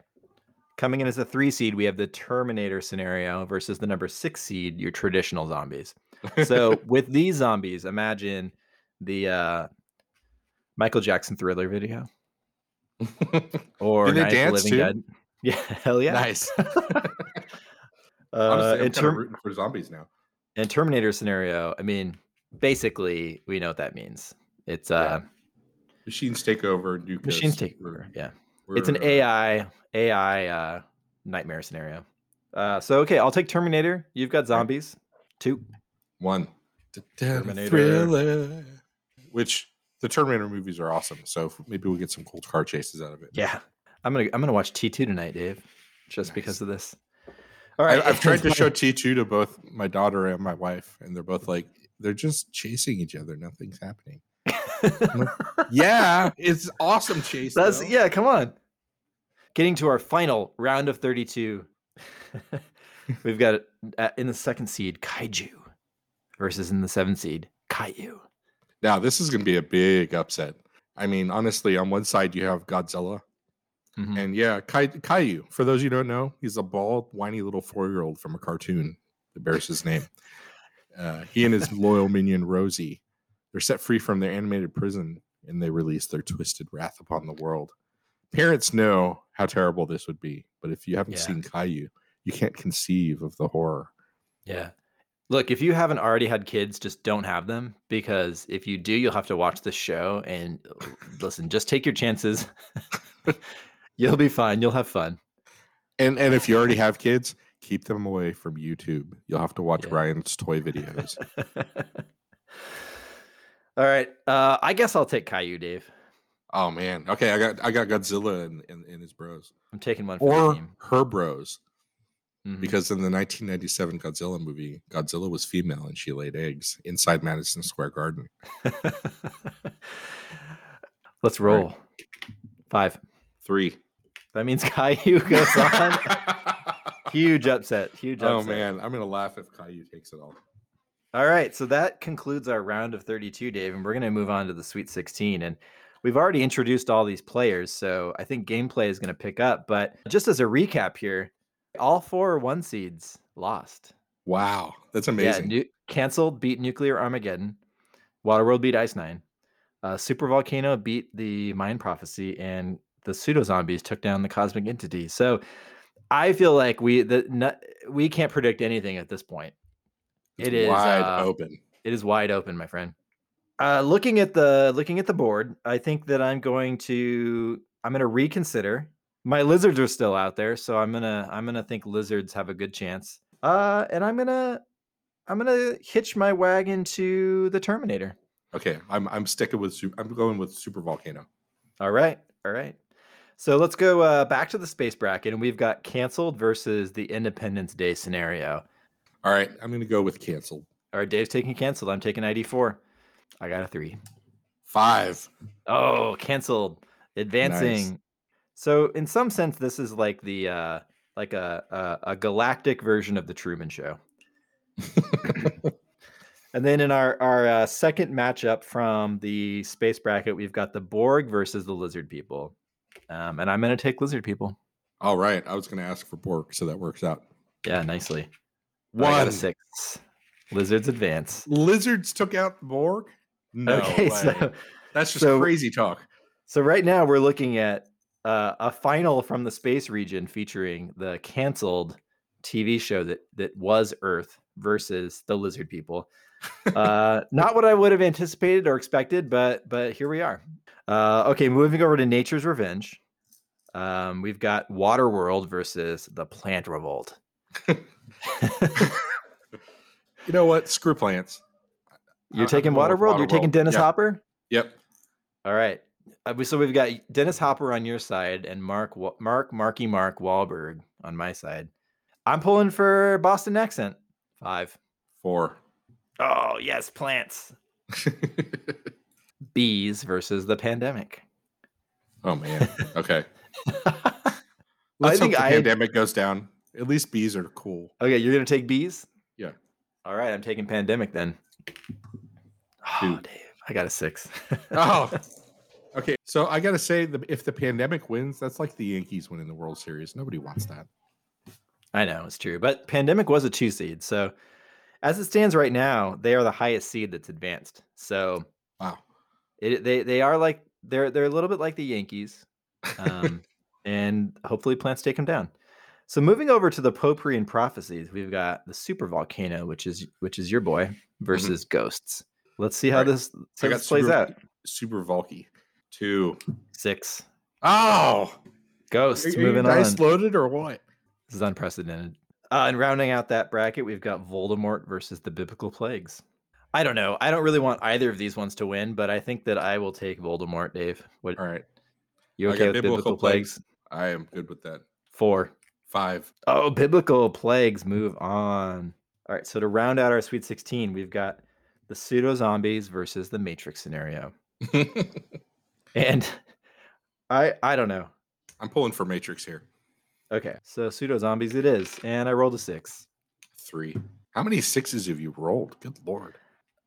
S1: Coming in as a three seed, we have the Terminator scenario versus the number six seed, your traditional zombies. So with these zombies, imagine the uh, Michael Jackson thriller video or
S2: Do they
S1: Night of the
S2: dance
S1: Living
S2: too?
S1: Dead. Yeah, hell yeah.
S2: Nice.
S1: Uh,
S2: Honestly, I'm
S1: in
S2: kind of
S1: term-
S2: rooting for zombies now.
S1: in Terminator scenario, I mean, basically, we know what that means. It's uh,
S2: Machines take over. Nuke
S1: machines
S2: us.
S1: take
S2: We're-
S1: over. Yeah. it's an
S2: we're-
S1: AI AI uh, nightmare scenario. Uh, so okay, I'll take Terminator. You've got zombies. Two.
S2: One.
S1: Terminator.
S2: Thriller. Which the Terminator movies are awesome. So if- maybe we'll get some cool car chases out of it.
S1: Yeah. I'm gonna I'm gonna watch T two tonight, Dave, just because of this. All
S2: I,
S1: right.
S2: I've tried to
S1: my-
S2: show T2 to both my daughter and my wife, and they're both like, they're just chasing each other. Nothing's happening. yeah, it's awesome chase.
S1: That's
S2: though.
S1: yeah. Come on. Getting to our final round of thirty two We've got uh, in the second seed Kaiju versus in the seventh seed Caillou.
S2: Now this is going to be a big upset. I mean, honestly, on one side you have Godzilla,
S1: Mhm.
S2: and yeah, Kai- Caillou. For those you don't know, he's a bald, whiny little four-year-old from a cartoon that bears his name. Uh, he and his loyal minion Rosie, they're set free from their animated prison, and they release their twisted wrath upon the world. Parents know how terrible this would be, but if you haven't
S1: Yeah.
S2: seen Caillou, you can't conceive of the horror.
S1: Yeah. Look, if you haven't already had kids, just don't have them because if you do, you'll have to watch this show. And uh, listen, just take your chances. you'll be fine. You'll have fun.
S2: And and if you already have kids, keep them away from YouTube. You'll have to watch
S1: Yeah.
S2: Ryan's toy videos.
S1: All right. Uh, I guess I'll take Caillou, Dave.
S2: oh man. Okay, I got I got Godzilla and, and, and his bros.
S1: I'm taking one for the
S2: Or
S1: team.
S2: her bros.
S1: Mhm.
S2: Because in the 1997 Godzilla movie, Godzilla was female and she laid eggs inside Madison Square Garden.
S1: Let's roll. Five.
S2: Three.
S1: That means Caillou goes on. Huge upset. Huge upset.
S2: oh man, I'm gonna laugh if Caillou takes it all.
S1: All right, so that concludes our round of 32, Dave, and we're going to move on to the Sweet 16. And we've already introduced all these players, so I think gameplay is going to pick up. But just as a recap here, all four one seeds lost.
S2: Wow, that's amazing.
S1: Yeah, nu- canceled beat Nuclear Armageddon. Waterworld beat Ice Nine. Uh, Super Volcano beat the Mind Prophecy, and the pseudo zombies took down the Cosmic Entity. So I feel like we the no- we can't predict anything at this point.
S2: It's
S1: it is,
S2: wide
S1: uh,
S2: open.
S1: It is wide open, my friend. Uh, looking at the looking at the board, I think that I'm going to I'm going to reconsider. My lizards are still out there, so I'm gonna I'm gonna think lizards have a good chance. Uh, and I'm gonna I'm gonna hitch my wagon to the Terminator.
S2: Okay, I'm I'm sticking with super, I'm going with Super Volcano.
S1: All right, all right. So let's go uh, back to the space bracket, and we've got canceled versus the Independence Day scenario.
S2: All right, I'm gonna go with canceled.
S1: All right, Dave's taking canceled. I'm taking ID four. I got a three.
S2: Five.
S1: Oh, canceled. Advancing. So in some sense, this is like the uh like a a, a galactic version of the Truman Show. and then in our our uh, second matchup from the space bracket, we've got the Borg versus the Lizard People, um, and I'm going to take Lizard People.
S2: All Oh, right, I was gonna ask for pork, so that works out.
S1: Yeah, nicely. I got
S2: One
S1: a six. Lizards advance.
S2: lizards took out the Borg. No
S1: okay,
S2: way.
S1: so
S2: that's just
S1: so-
S2: crazy talk.
S1: So right now we're looking at uh, a final from the space region featuring the canceled TV show that that was Earth versus the lizard people. Uh, not what I would have anticipated or expected, but but here we are. Uh, okay, moving over to Nature's Revenge. Um, we've got Waterworld versus the Plant Revolt.
S2: You know what? Screw plants.
S1: You're
S2: I'm
S1: taking
S2: going
S1: Waterworld.
S2: with
S1: You're taking
S2: Waterworld.
S1: Dennis
S2: Yeah.
S1: Hopper.
S2: Yep.
S1: All right. Uh, we- So we've got Dennis Hopper on your side and Mark Wa- Mark Marky Mark Wahlberg on my side. I'm pulling for Boston accent. Five.
S2: Four.
S1: Oh yes, plants. Bees versus the pandemic.
S2: oh man. Okay.
S1: I
S2: Let's
S1: think
S2: hope the
S1: I-
S2: pandemic goes down. At least bees are cool.
S1: Okay, you're gonna take bees?
S2: Yeah.
S1: All right, I'm taking pandemic then. Oh,
S2: Dude.
S1: Dave, I got a six.
S2: Oh. Okay, so I gotta say, the, if the pandemic wins, that's like the Yankees winning the World Series. Nobody wants that.
S1: I know it's true, but pandemic was a two seed. So, as it stands right now, they are the highest seed that's advanced. So,
S2: Wow.
S1: it, they they are like they're they're a little bit like the Yankees, um, and hopefully plants take them down. So moving over to the potpourri and prophecies, we've got the super volcano, which is which is your boy versus ghosts. Let's see how
S2: Mm-hmm. Right.
S1: this,
S2: I
S1: how
S2: got
S1: this plays
S2: super-
S1: out.
S2: Super Volky. Two.
S1: Six
S2: Oh, are,
S1: ghosts
S2: are you
S1: moving on.
S2: dice loaded or what?
S1: This is unprecedented. Uh, and rounding out that bracket, we've got Voldemort versus the biblical plagues. I don't know. I don't really want either of these ones to win, but I think that I will take Voldemort, Dave. What
S2: All right,
S1: you
S2: I
S1: okay
S2: got
S1: with biblical,
S2: biblical
S1: plagues?
S2: plagues. I am good with that.
S1: Four.
S2: Five.
S1: Oh, biblical plagues. Move on. All right. So to round out our Sweet 16, we've got the pseudo zombies versus the Matrix scenario.
S2: I'm
S1: And I I don't know.
S2: pulling for Matrix here.
S1: Okay, so pseudo zombies it is, and I rolled a six.
S2: Three. How many sixes have you rolled? Good lord.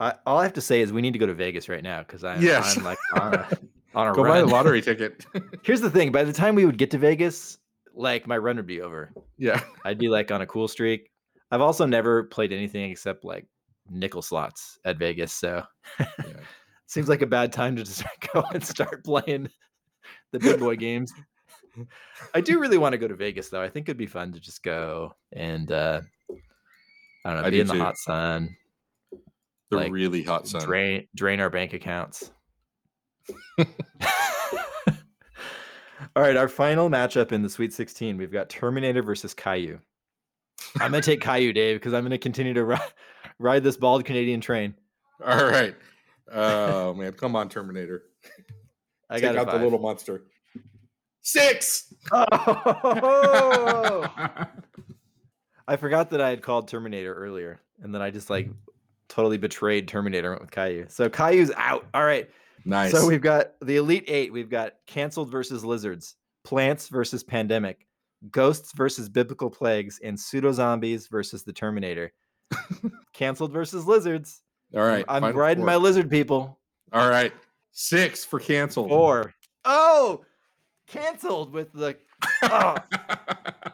S1: I, all I have to say is we need to go to Vegas right now because I'm,
S2: Yes.
S1: I'm like on a, on a
S2: Go buy a
S1: run.
S2: lottery ticket.
S1: Here's the thing: by the time we would get to Vegas, like my run would be over.
S2: yeah.
S1: I'd be like on a cool streak. I've also never played anything except like nickel slots at Vegas, so
S2: Yeah.
S1: seems like a bad time to just go and start playing the big boy games. I do really want to go to Vegas though. I think it'd be fun to just go and uh I don't know,
S2: I
S1: be
S2: do
S1: in the
S2: too.
S1: hot sun,
S2: The
S1: Like,
S2: really hot sun.
S1: drain drain our bank accounts. All right, our final matchup in the Sweet 16, we've got Terminator versus Caillou. I'm gonna take Caillou, Dave, because I'm gonna continue to ride, ride this bald Canadian train.
S2: All right. Oh man, come on, Terminator.
S1: I got
S2: Take
S1: a
S2: out the
S1: five.
S2: little monster. Six.
S1: Oh, I forgot that I had called Terminator earlier, and then I just like totally betrayed Terminator. Went with Caillou, so Caillou's out. All right,
S2: nice.
S1: so we've got the Elite Eight. We've got canceled versus lizards, plants versus pandemic, ghosts versus biblical plagues, and pseudo zombies versus the Terminator. canceled versus lizards.
S2: All right.
S1: I'm
S2: final
S1: riding my
S2: four.
S1: lizard people.
S2: All right. Six for canceled.
S1: Or oh, canceled with the oh,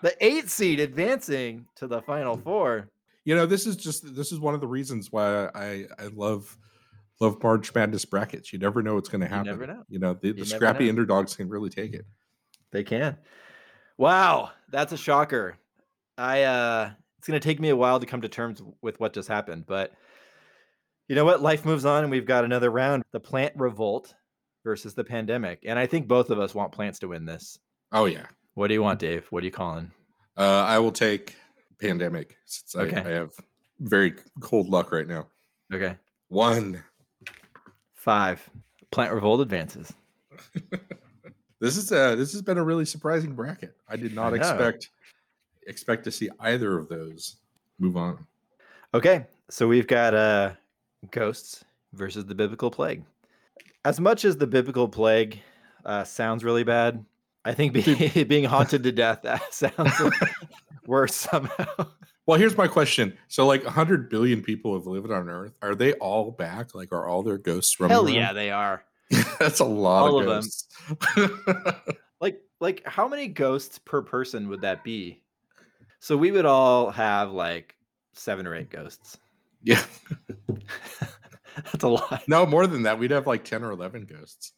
S1: the eight seed advancing to the final four.
S2: you know, this is just this is one of the reasons why I I love love March Madness brackets. You never know what's going to happen.
S1: never know.
S2: You know, the, the
S1: never
S2: scrappy
S1: know.
S2: underdogs can really take it.
S1: They can. Wow, that's a shocker. I uh it's going to take me a while to come to terms w- with what just happened, but you know what? Life moves on and we've got another round, the plant revolt versus the pandemic. And I think both of us want plants to win this.
S2: Oh yeah.
S1: What do you want, Dave? What are you calling?
S2: Uh, I will take pandemic since I,
S1: Okay.
S2: I have very cold luck right now.
S1: Okay.
S2: One.
S1: 5. Plant revolt advances.
S2: This is uh this has been a really surprising bracket. I did not
S1: I know.
S2: expect expect to see either of those move on.
S1: Okay, so we've got uh, ghosts versus the biblical plague. As much as the biblical plague uh, sounds really bad, I think be- being haunted to death uh, sounds worse somehow.
S2: Well, here's my question. So, like 100 billion people have lived on Earth. Are they all back? Like, are all their ghosts running?
S1: Hell yeah, they are.
S2: That's a lot
S1: All
S2: of
S1: of them.
S2: ghosts.
S1: Like, like how many ghosts per person would that be? So we would all have like seven or eight ghosts.
S2: yeah.
S1: That's a lot.
S2: No, more than that. We'd have like 10 or 11 ghosts.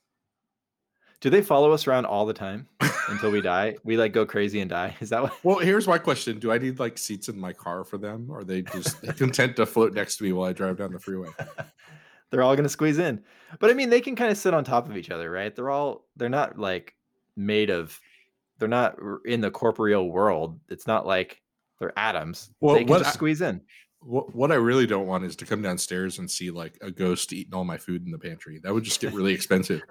S1: Do they follow us around all the time until we die? We like go crazy and die. Is that what?
S2: Well, here's my question Do I need like seats in my car for them? Or are they just content to float next to me while I drive down the freeway?
S1: they're all going to squeeze in. But I mean, they can kind of sit on top of each other, right? They're all they're not like made of they're not r- in the corporeal world. It's not like they're atoms.
S2: Well,
S1: they can
S2: what
S1: just
S2: I-
S1: squeeze in.
S2: What, what I really don't want is to come downstairs and see like a ghost eating all my food in the pantry. That would just get really expensive.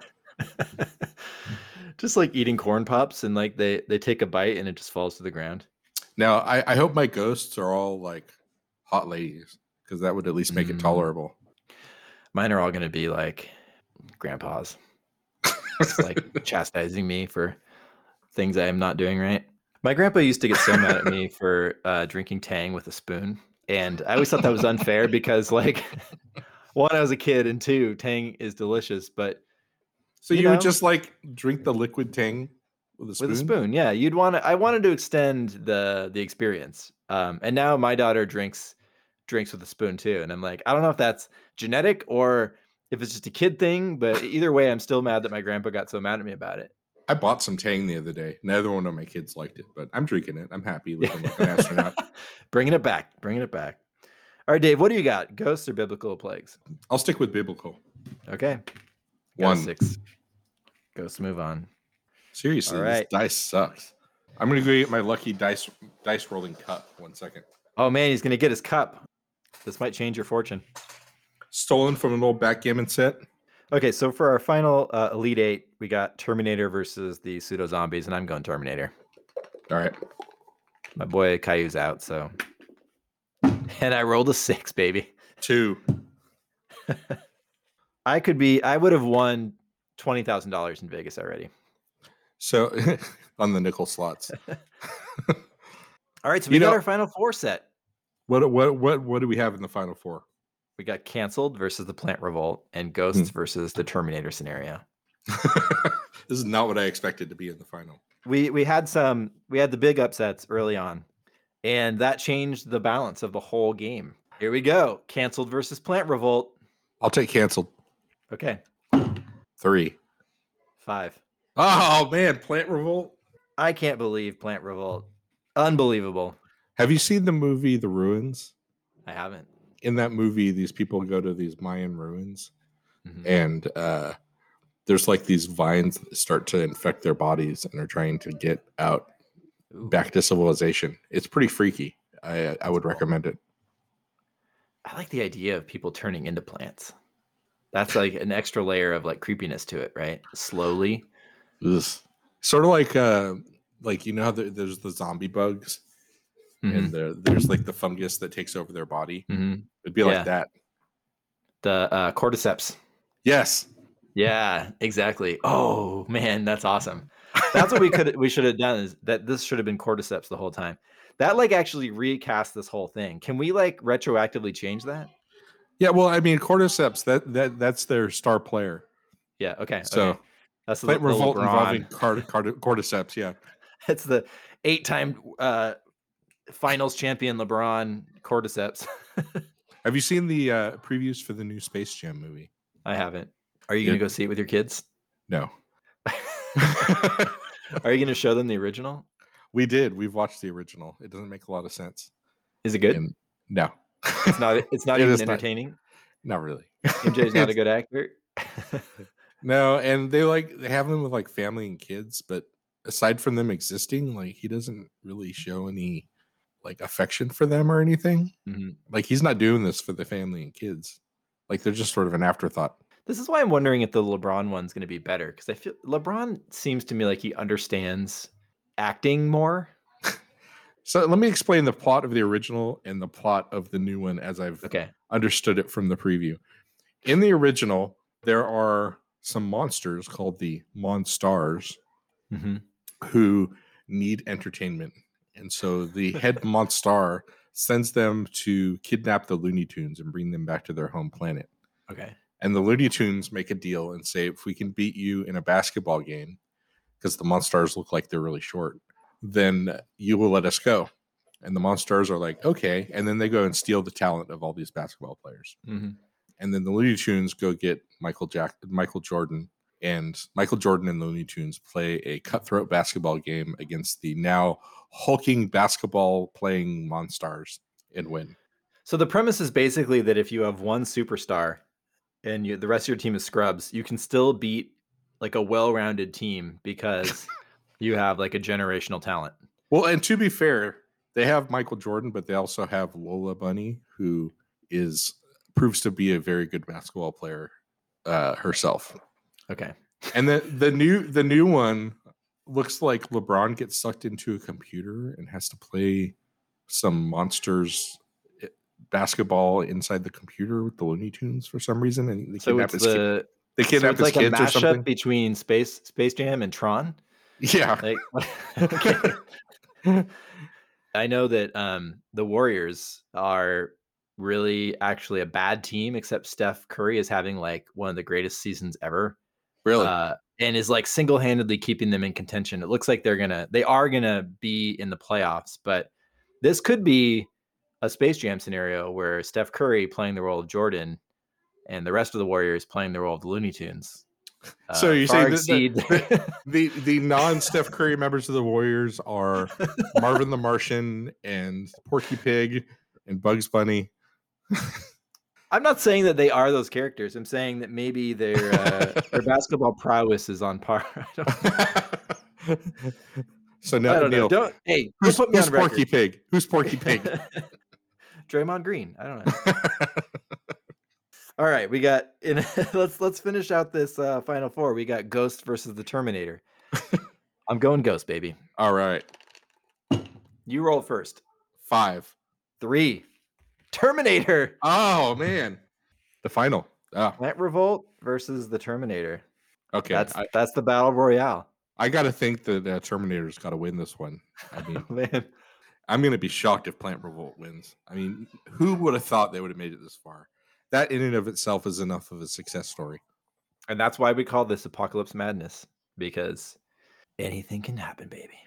S1: just like eating corn pops and like they they take a bite and it just falls to the ground.
S2: Now, I, I hope my ghosts are all like hot ladies because that would at least make it
S1: Mm.
S2: tolerable.
S1: Mine are all going to be like grandpas. Just like chastising me for things I am not doing right. My grandpa used to get so mad at me for uh, drinking Tang with a spoon, and I always thought that was unfair because, like, one, I was a kid, and two, Tang is delicious, but
S2: So you,
S1: you
S2: would
S1: know?
S2: just like drink the liquid tang with a spoon.
S1: with a spoon, yeah, you'd want to. I wanted to extend the the experience, um, and now my daughter drinks drinks with a spoon too, and I'm like, I don't know if that's genetic or if it's just a kid thing, but e-, either way, I'm still mad that my grandpa got so mad at me about it.
S2: I bought some tang the other day. Neither one of my kids liked it, but I'm drinking it. I'm happy living like an astronaut.
S1: bringing it back, bringing it back. All right, Dave, what do you got? Ghosts or biblical plagues?
S2: I'll stick with biblical.
S1: Okay. Got a
S2: One.
S1: six. Ghosts move on.
S2: Seriously,
S1: All
S2: this
S1: right.
S2: dice sucks. I'm gonna go get my lucky dice dice rolling cup. One second.
S1: Oh man, he's gonna get his cup. This might change your fortune.
S2: Stolen from an old backgammon set.
S1: Okay, so for our final uh, elite eight, we got Terminator versus the pseudo zombies, and I'm going Terminator.
S2: All right.
S1: My boy Caillou's out, so. And I rolled a six, baby.
S2: Two.
S1: I could be. I would have won twenty thousand dollars in Vegas already.
S2: So on the nickel slots.
S1: All right, so
S2: You
S1: we got
S2: know-
S1: our final four set.
S2: What what what what do we have in the final four?
S1: We got canceled versus the Plant Revolt and Ghosts versus the Terminator scenario.
S2: this is not what I expected to be in the final.
S1: We we had some we had the big upsets early on, and that changed the balance of the whole game. Here we go. Canceled versus Plant Revolt.
S2: I'll take canceled
S1: Okay,
S2: three.
S1: five.
S2: Oh man, Plant Revolt.
S1: I can't believe Plant Revolt. Unbelievable.
S2: Have you seen the movie The Ruins?
S1: I haven't.
S2: In that movie, these people go to these Mayan ruins,
S1: Mhm.
S2: and uh, there's like these vines that start to infect their bodies, and are trying to get out
S1: Ooh.
S2: back to civilization. It's pretty freaky. I I would recommend it.
S1: I like the idea of people turning into plants. That's like an extra layer of like creepiness to it, right? Slowly.
S2: Sort of like uh, like you know how there, there's the zombie bugs,
S1: Mm-hmm.
S2: and there, there's like the fungus that takes over their body.
S1: Mhm.
S2: It'd be
S1: Yeah.
S2: like that.
S1: The uh, cordyceps.
S2: Yes.
S1: Yeah, exactly. Oh man, that's awesome. That's what we could we should have done is that this should have been cordyceps the whole time. That like actually recast this whole thing. Can we like retroactively change that?
S2: Yeah. Well, I mean, cordyceps. That that that's their star player.
S1: Yeah. Okay.
S2: So
S1: okay. that's the,
S2: plant
S1: the
S2: revolt
S1: LeBron.
S2: involving card, card, cordyceps. Yeah.
S1: That's the eight-time uh, finals champion LeBron cordyceps.
S2: Have you seen the uh, previews for the new Space Jam movie?
S1: I haven't. Are you gonna
S2: Yeah.
S1: go see it with your kids?
S2: No.
S1: Are you going to show them the original?
S2: we did. We've watched the original. It doesn't make a lot of sense.
S1: Is it good?
S2: And no.
S1: It's not. It's not
S2: It
S1: even
S2: is not.
S1: entertaining.
S2: Not really.
S1: MJ's not a
S2: It's-
S1: good actor.
S2: No, and they like they have him with like family and kids, but aside from them existing, like he doesn't really show any like affection for them or anything.
S1: Mhm.
S2: Like he's not doing this for the family and kids. Like they're just sort of an afterthought.
S1: this is why I'm wondering if the LeBron one's going to be better because I feel LeBron seems to me like he understands acting more.
S2: So let me explain the plot of the original and the plot of the new one as I've
S1: Okay.
S2: understood it from the preview. In the original, there are some monsters called the Monstars
S1: Mm-hmm.
S2: who need entertainment. And so the head Monstar sends them to kidnap the Looney Tunes and bring them back to their home planet.
S1: Okay.
S2: And the Looney Tunes make a deal and say, if we can beat you in a basketball game, because the Monstars look like they're really short, then you will let us go. And the Monstars are like, okay. And then they go and steal the talent of all these basketball players
S1: Mm-hmm.
S2: and then the Looney Tunes go get Michael Jack, Michael Jordan, and Michael Jordan and the Looney Tunes play a cutthroat basketball game against the now hulking basketball playing Monstars and win.
S1: So the premise is basically that if you have one superstar and you, the rest of your team is scrubs, you can still beat like a well-rounded team because you have like a generational talent.
S2: Well, and to be fair, they have Michael Jordan, but they also have Lola Bunny, who is proves to be a very good basketball player uh, herself.
S1: Okay.
S2: And the the new the new one looks like LeBron gets sucked into a computer and has to play some monsters i- basketball inside the computer with the Looney Tunes for some reason, and they
S1: So
S2: kidnap
S1: it's
S2: his kid,
S1: the
S2: they
S1: so
S2: kidnap
S1: it's
S2: his
S1: like a
S2: kids or
S1: mashup
S2: something.
S1: between Space Space Jam and Tron.
S2: Yeah,
S1: Like, okay. I know that um, the Warriors are really actually a bad team, except Steph Curry is having like one of the greatest seasons ever,
S2: really.
S1: uh, and is like single handedly keeping them in contention. It looks like they're gonna they are gonna be in the playoffs, but this could be a Space Jam scenario where Steph Curry playing the role of Jordan and the rest of the Warriors playing the role of the Looney Tunes. uh,
S2: So you're saying
S1: far
S2: that the-
S1: exceed-
S2: the the non Steph Curry members of the Warriors are Marvin the Martian and Porky Pig and Bugs Bunny.
S1: I'm not saying that they are those characters. I'm saying that maybe their uh, their basketball prowess is on par. I don't,
S2: so
S1: I
S2: now
S1: don't know.
S2: Neil,
S1: Don't hey,
S2: who's,
S1: don't put me
S2: who's
S1: on
S2: Porky
S1: record.
S2: Pig? Who's Porky Pig?
S1: Draymond Green. I don't know. All right, we got. In, let's let's finish out this uh, final four. We got Ghost versus the Terminator. I'm going Ghost, baby.
S2: All right.
S1: You roll first.
S2: Five.
S1: Three. Terminator.
S2: Oh man. The final. Ah,
S1: Plant Revolt versus the Terminator.
S2: okay.
S1: That's
S2: I,
S1: that's the battle royale.
S2: I got to think that uh, Terminator's got to win this one. I mean,
S1: Man,
S2: I'm going to be shocked if Plant Revolt wins. I mean, who would have thought they would have made it this far? That in and of itself is enough of a success story.
S1: and that's why we call this apocalypse madness because anything can happen, baby.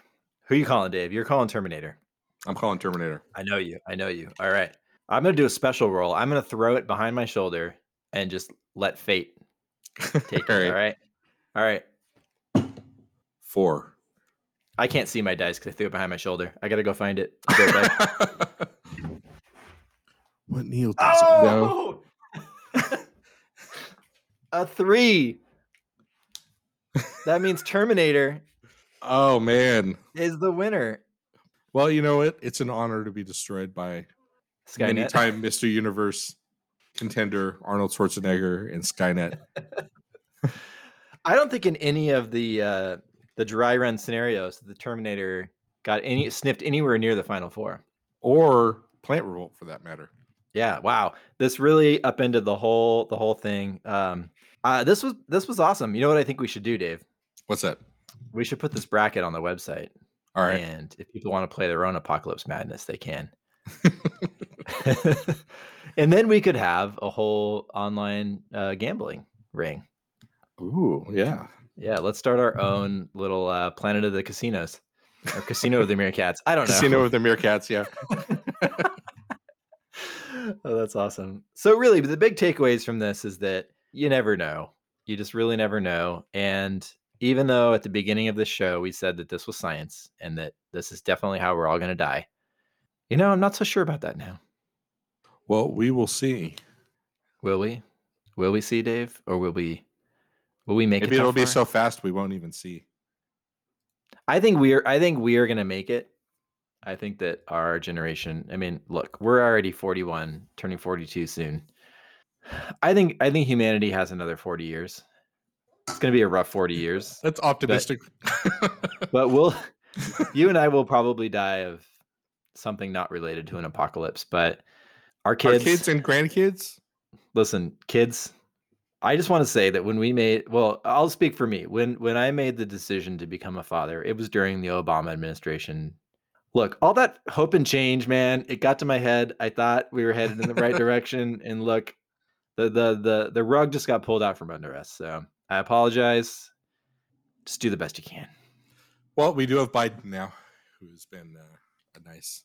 S1: Who you calling, Dave? You're calling Terminator.
S2: I'm calling Terminator.
S1: I know you. I know you. All right. I'm going to do a special roll. I'm going to throw it behind my shoulder and just let fate take it. All right. All right.
S2: Four.
S1: I can't see my dice because I threw it behind my shoulder. I got to go find it. Throw it back.
S2: what Neil
S1: a three. that means Terminator
S2: Oh, man.
S1: is the winner.
S2: Well, you know what? It's an honor to be destroyed by many
S1: Skynet.
S2: time Mr. Universe contender Arnold Schwarzenegger and Skynet.
S1: I don't think in any of the uh, the dry run scenarios the Terminator got any sniffed anywhere near the final four.
S2: or Plant Revolt for that matter.
S1: Yeah, wow. This really upended the whole the whole thing. Um, uh, this was this was awesome. You know what I think we should do, Dave?
S2: What's that?
S1: We should put this bracket on the website.
S2: All right.
S1: And if people want to play their own Apocalypse Madness, they can. and then we could have a whole online uh, gambling ring.
S2: Ooh, yeah.
S1: Yeah, let's start our own little uh, Planet of the Casinos or Casino of the Meerkats. I don't know.
S2: Casino with the Meerkats, yeah.
S1: oh, that's awesome. So, really, the big takeaways from this is that you never know. You just really never know. And even though at the beginning of the show we said that this was science and that this is definitely how we're all going to die, you know, I'm not so sure about that now.
S2: Well, we will see.
S1: Will we? Will we see Dave, or will we? Will we make
S2: Maybe
S1: it?
S2: it'll
S1: that
S2: be
S1: far?
S2: so fast we won't even see.
S1: I think we're I think we are gonna make it. I think that our generation, I mean, look, we're already 41, turning 42 soon. I think I think humanity has another 40 years. It's gonna be a rough 40 years.
S2: That's optimistic.
S1: But we'll you and I will probably die of something not related to an apocalypse. But our
S2: Our
S1: kids,
S2: kids and grandkids?
S1: listen, kids, I just want to say that when we made well, I'll speak for me. When when I made the decision to become a father, it was during the Obama administration. Look, all that hope and change, man, it got to my head. I thought we were headed in the right direction and look, the the the the rug just got pulled out from under us. So, I apologize. Just do the best you can.
S2: Well, we do have Biden now, who's been uh, a nice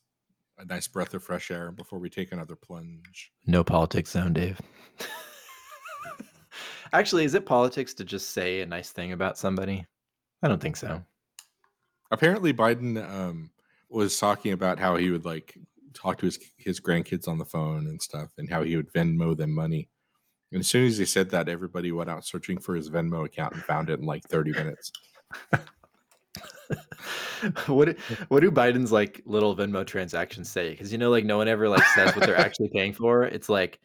S2: a nice breath of fresh air before we take another plunge.
S1: No politics zone, Dave. Actually, is it politics to just say a nice thing about somebody? I don't think so.
S2: Apparently Biden um was talking about how he would like talk to his his grandkids on the phone and stuff and how he would Venmo them money. And as soon as he said that, everybody went out searching for his Venmo account and found it in like 30 minutes.
S1: what do- what do Biden's like little Venmo transactions say? Because you know, like no one ever like says what they're actually paying for. It's like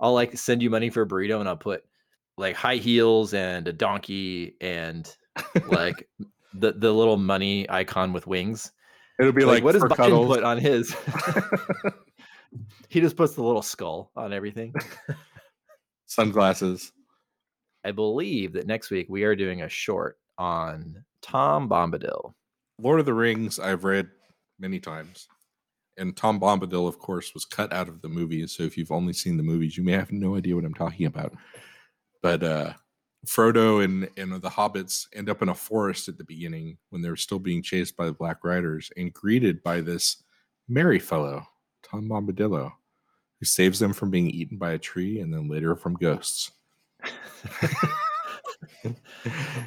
S1: I'll like send you money for a burrito, and I'll put like high heels and a donkey and like the the little money icon with wings.
S2: It'll be
S1: like,
S2: like,
S1: what does
S2: for
S1: Biden
S2: cuddles.
S1: put on his? he just puts the little skull on everything.
S2: sunglasses.
S1: I believe that next week we are doing a short on Tom Bombadil.
S2: Lord of the Rings, I've read many times. And Tom Bombadil, of course, was cut out of the movies. So if you've only seen the movies, you may have no idea what I'm talking about. But uh, Frodo and, and the hobbits end up in a forest at the beginning when they're still being chased by the Black Riders and greeted by this merry fellow, Tom Bombadillo, who saves them from being eaten by a tree and then later from ghosts.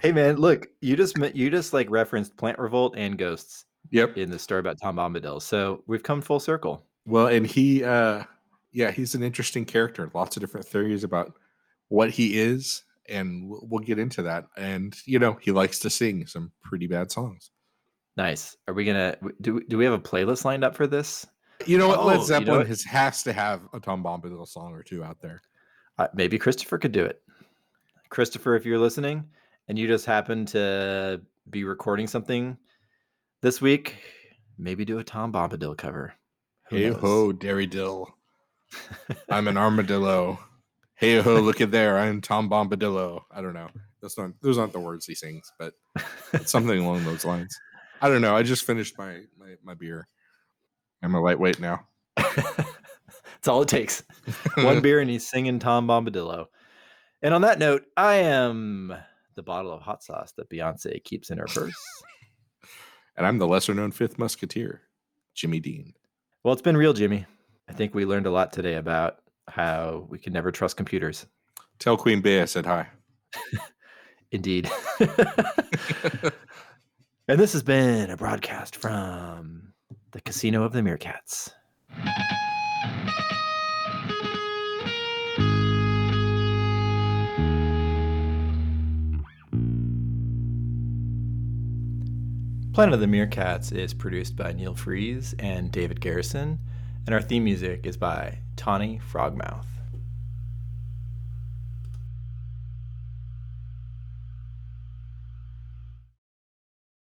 S1: Hey man, look, you just men- you just like referenced Plant Revolt and Ghosts
S2: Yep.
S1: in the story about Tom Bombadil. So we've come full circle.
S2: Well, and he, uh, yeah, he's an interesting character. Lots of different theories about what he is, and we'll, we'll get into that. And you know, he likes to sing some pretty bad songs.
S1: Nice. Are we gonna w- do? we- Do we have a playlist lined up for this?
S2: You know what?
S1: Oh, you know
S2: Led Zeppelin
S1: what?
S2: has has to have a Tom Bombadil song or two out there.
S1: Uh, maybe Christopher could do it. Christopher, if you're listening, and you just happen to be recording something this week, maybe do a Tom Bombadil cover. Who
S2: Hey
S1: knows?
S2: ho, Derry Dill, I'm an armadillo. Hey ho, look at there, I'm Tom Bombadillo. I don't know. That's not those aren't the words he sings, but it's something along those lines. I don't know. I just finished my my, my beer. I'm a lightweight now.
S1: That's all it takes. One beer and he's singing Tom Bombadillo. And on that note, I am the bottle of hot sauce that Beyonce keeps in her purse.
S2: and I'm the lesser known fifth musketeer, Jimmy Dean.
S1: well, it's been real, Jimmy. I think we learned a lot today about how we can never trust computers.
S2: Tell Queen Bey I said hi.
S1: Indeed. and this has been a broadcast from the Casino of the Meerkats. Planet of the Meerkats is produced by Neil Fries and David Garrison, and our theme music is by Tawny Frogmouth.